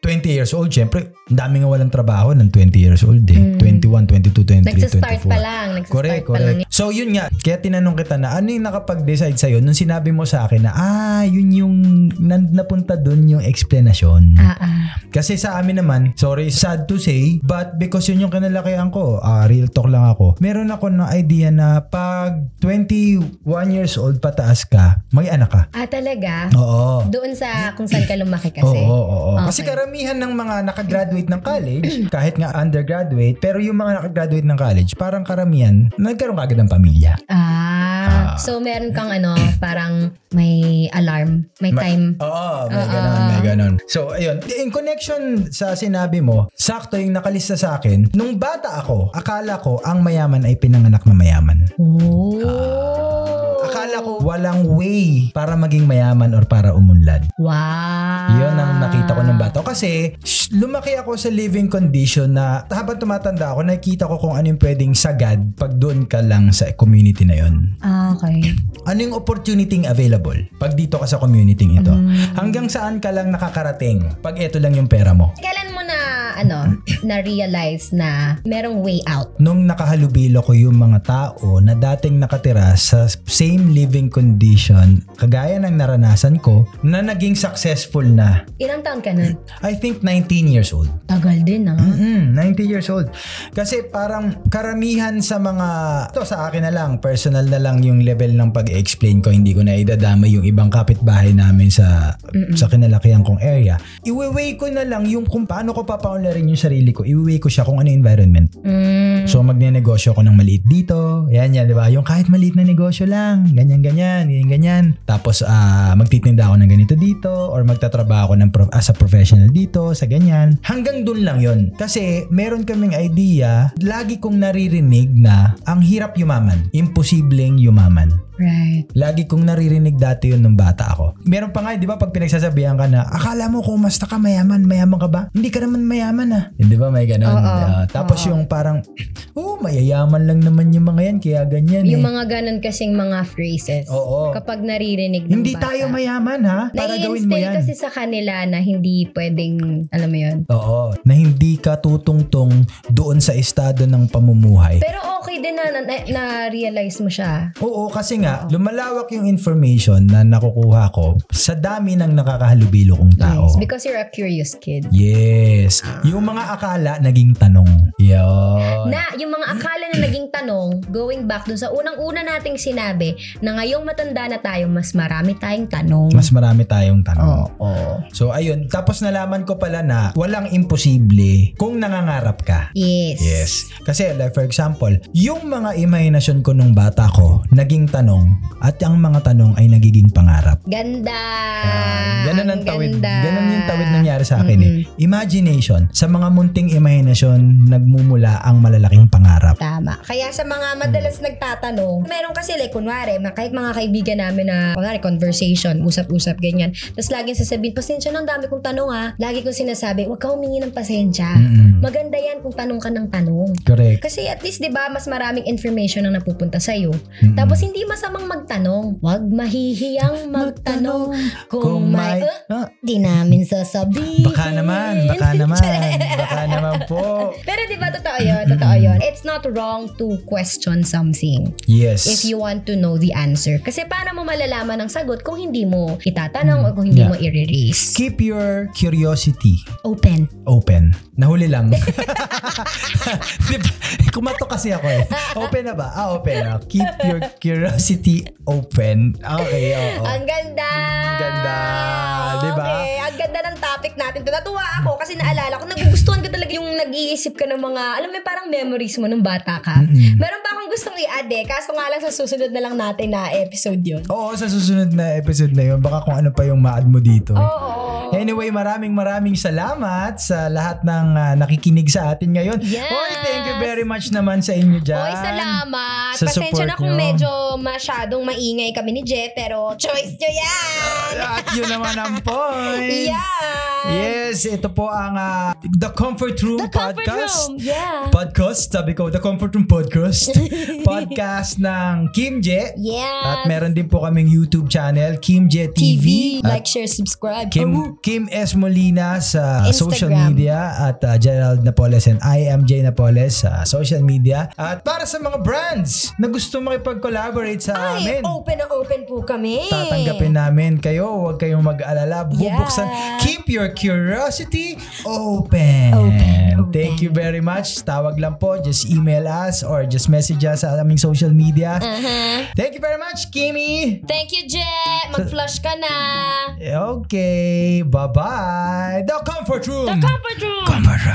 Speaker 2: 20 years old, syempre, ang dami nga walang trabaho ng 20 years old eh. 21, 22, 23,
Speaker 3: Mm. Nagsistart
Speaker 2: 24.
Speaker 3: pa lang. Nagsistart
Speaker 2: Correct,
Speaker 3: pa lang.
Speaker 2: correct. So yun nga, kaya tinanong kita na ano yung nakapag-decide sa'yo nung sinabi mo sa akin na ah, yun yung nan- napunta dun yung explanation.
Speaker 3: Ah, ah.
Speaker 2: Kasi sa amin naman, sorry, sad to say, but because yun yung kinalakihan ko, ah, real talk lang ako, meron ako ng idea na pag 21 years old pataas ka, may anak ka.
Speaker 3: Ah, talaga?
Speaker 2: Oo.
Speaker 3: Doon sa kung saan ka lumaki
Speaker 2: Oo,
Speaker 3: kasi.
Speaker 2: oo, oo.
Speaker 3: Okay.
Speaker 2: Kasi karamihan ng mga nakagraduate ng college, kahit nga undergraduate, pero yung mga nakagraduate ng college, parang karamihan, nagkaroon kagad ng pamilya. Ah.
Speaker 3: Ah, so meron kang ano, parang may alarm, may
Speaker 2: Ma-
Speaker 3: time.
Speaker 2: Oo, may
Speaker 3: Oo.
Speaker 2: ganon, may ganon. So, ayun. In connection sa sinabi mo, sakto yung nakalista sa akin. Nung bata ako, akala ko ang mayaman ay pinanganak na mayaman.
Speaker 3: Oh.
Speaker 2: Akala ko walang way para maging mayaman or para umunlad.
Speaker 3: Wow.
Speaker 2: Yun ang
Speaker 3: Ah.
Speaker 2: nakita ko ng bata. ko. Kasi shh, lumaki ako sa living condition na habang tumatanda ako, nakikita ko kung ano yung pwedeng sagad pag doon ka lang sa community na yun.
Speaker 3: Ah, okay.
Speaker 2: Ano yung opportunity available pag dito ka sa community ito? Hanggang saan ka lang nakakarating pag ito lang yung pera mo?
Speaker 3: Kailan mo na, ano, na-realize na merong way out?
Speaker 2: Nung nakahalubilo ko yung mga tao na dating nakatira sa same living condition, kagaya ng naranasan ko, na naging successful na.
Speaker 3: Ilang taon ka nun?
Speaker 2: I think 19 years old.
Speaker 3: Tagal din, ah.
Speaker 2: Mm, 90 years old. Kasi parang karamihan sa mga, to sa akin na lang, personal na lang yung level ng pag-explain ko. Hindi ko na idadama yung ibang kapitbahay namin sa sa kinalakihan kong area. Iwiway ko na lang yung kung paano ko papaunlarin yung sarili ko. Iwiway ko siya kung ano yung environment.
Speaker 3: Mm.
Speaker 2: So magnenegosyo ako ng maliit dito. Yan yan, di ba? Yung kahit maliit na negosyo lang. Ganyan, ganyan, ganyan, ganyan. Tapos ah, magtitinda ako ng ganito dito or magtatrabaho ako ng prof- as a professional dito sa ganyan. Hanggang dun lang yon. Kasi meron kaming idea, lagi kong naririnig na ang hirap yumaman. Imposibleng yumaman.
Speaker 3: Right.
Speaker 2: Lagi kong naririnig dati yun nung bata ako. Meron pa nga, eh, di ba, pag pinagsasabihan ka na, akala mo kung masta ka mayaman, mayaman ka ba? Hindi ka naman mayaman ah. Eh, Di ba, may ganon.
Speaker 3: Oo.
Speaker 2: Ah, tapos
Speaker 3: Oo.
Speaker 2: yung parang, oh, mayayaman lang naman yung mga yan, kaya ganyan
Speaker 3: Yung
Speaker 2: eh.
Speaker 3: mga ganun kasing mga phrases.
Speaker 2: Oo.
Speaker 3: Kapag naririnig ng
Speaker 2: Hindi
Speaker 3: bata.
Speaker 2: tayo mayaman ha, para gawin mo
Speaker 3: Nai-instill
Speaker 2: yan.
Speaker 3: kasi sa kanila na hindi pwedeng, alam mo yun.
Speaker 2: Oo, na hindi ka tutungtong doon sa estado ng pamumuhay.
Speaker 3: Pero okay din na, na, na- na-realize mo siya.
Speaker 2: Oo, kasi nga, nga, lumalawak yung information na nakukuha ko sa dami ng nakakahalubilo kong tao.
Speaker 4: Nice. Because you're a curious kid.
Speaker 2: Yes. Yung mga akala naging tanong. Yun.
Speaker 4: Na, yung mga akala na naging tanong, going back dun sa unang-una nating sinabi, na ngayong matanda na tayo, mas marami tayong tanong.
Speaker 2: Mas marami tayong
Speaker 4: Oo.
Speaker 2: tanong. So ayun, tapos nalaman ko pala na walang imposible kung nangangarap ka.
Speaker 4: Yes.
Speaker 2: Yes. Kasi like for example, yung mga imahinasyon ko nung bata ko, naging tanong at ang mga tanong ay nagiging pangarap.
Speaker 4: Ganda.
Speaker 2: ganun
Speaker 4: Ang
Speaker 2: ang
Speaker 4: Ah,
Speaker 2: tawid.
Speaker 4: ganda.
Speaker 2: Ganun yung tawid nangyari sa akin
Speaker 4: Mm-mm.
Speaker 2: eh. Imagination. Sa mga munting imahinasyon, nagmumula ang malalaking pangarap.
Speaker 4: Tama.
Speaker 3: Kaya sa mga madalas nagtatanong, meron kasi like, kunwari, ma- kahit mga kaibigan namin na, kunwari, conversation, usap-usap, ganyan. Tapos laging sasabihin, pasensya na, ang dami kong tanong ha. Lagi kong sinasabi, huwag ka humingi ng pasensya.
Speaker 4: Ah.
Speaker 2: Mm-mm.
Speaker 3: Maganda yan kung tanong ka ng tanong.
Speaker 2: Correct.
Speaker 3: Kasi at least, di ba, mas maraming information ang napupunta sa'yo.
Speaker 2: Mm-mm.
Speaker 3: Tapos hindi masamang magtanong. Huwag mahihiyang magtanong kung may...
Speaker 4: uh,
Speaker 3: Eh,
Speaker 2: Ah,
Speaker 3: di namin sasabihin.
Speaker 2: baka naman, baka naman, baka naman po.
Speaker 4: Pero di ba totoo yun? Totoo yun. It's not wrong to question something
Speaker 2: Yes.
Speaker 4: if you want to know the answer. Kasi paano mo malalaman ang sagot kung hindi mo itatanong o kung hindi
Speaker 2: Mm-hmm. Yeah.
Speaker 4: mo i-release?
Speaker 2: Keep your curiosity
Speaker 4: Open.
Speaker 2: open. Nahuli lang. Diba? Kumato kasi ako eh. Open na ba? Ah, open. Ah, Keep your curiosity open. Okay, oo.
Speaker 3: Ang ganda!
Speaker 2: Oh. Ang ganda, di ba?
Speaker 3: Okay, ang ganda ng topic natin. to. Natuwa ako kasi naalala ko, nagugustuhan ko talaga yung nag-iisip ka ng mga, alam mo yung parang memories mo nung bata ka. Meron pa akong gustong i-add eh, kaso nga lang sa susunod na lang natin na episode yun.
Speaker 2: Oo, sa susunod na episode na yun, baka kung ano pa yung ma-add mo dito.
Speaker 3: Oo.
Speaker 2: Anyway, maraming maraming salamat sa lahat ng ah, nakikinig sa atin ngayon.
Speaker 4: Yes.
Speaker 2: Oy, thank you very much naman sa inyo
Speaker 4: Oy,
Speaker 2: dyan.
Speaker 4: salamat.
Speaker 2: Sa
Speaker 4: Pasensya
Speaker 2: support
Speaker 4: na kung
Speaker 2: nyo.
Speaker 4: medyo masyadong maingay kami ni Jeff, pero choice nyo yan.
Speaker 2: At yun naman ang point.
Speaker 4: Yeah.
Speaker 2: Yes, ito po ang ah, The Comfort Room
Speaker 4: The comfort
Speaker 2: Podcast.
Speaker 4: room. Yeah.
Speaker 2: podcast, sabi ko, The Comfort Room Podcast. podcast ng Kim J.
Speaker 4: Yes.
Speaker 2: At meron din po kaming YouTube channel, Kim J TV. At
Speaker 4: Like, share, subscribe.
Speaker 2: Kim, Kim S. Molina sa
Speaker 4: Instagram.
Speaker 2: social media at uh, Gerald Napoles and I am Jay Napoles sa social media. At para sa mga brands na gusto makipag-collaborate sa amin,
Speaker 3: Ay, open na open po kami.
Speaker 2: tatanggapin namin kayo. Huwag kayong mag-alala. Bubuksan.
Speaker 3: Yeah.
Speaker 2: Keep your curiosity open.
Speaker 4: Open,
Speaker 2: Thank
Speaker 4: open.
Speaker 2: you very much. Tawag lang po. Just email us or just message us sa aming social media.
Speaker 4: Mm.
Speaker 2: Thank you very much, Kimi.
Speaker 4: Thank you, Jeff. Mag-flush ka na.
Speaker 2: Okay. Bye-bye. The Comfort Room.
Speaker 4: Comfort room.
Speaker 2: Comfort Room.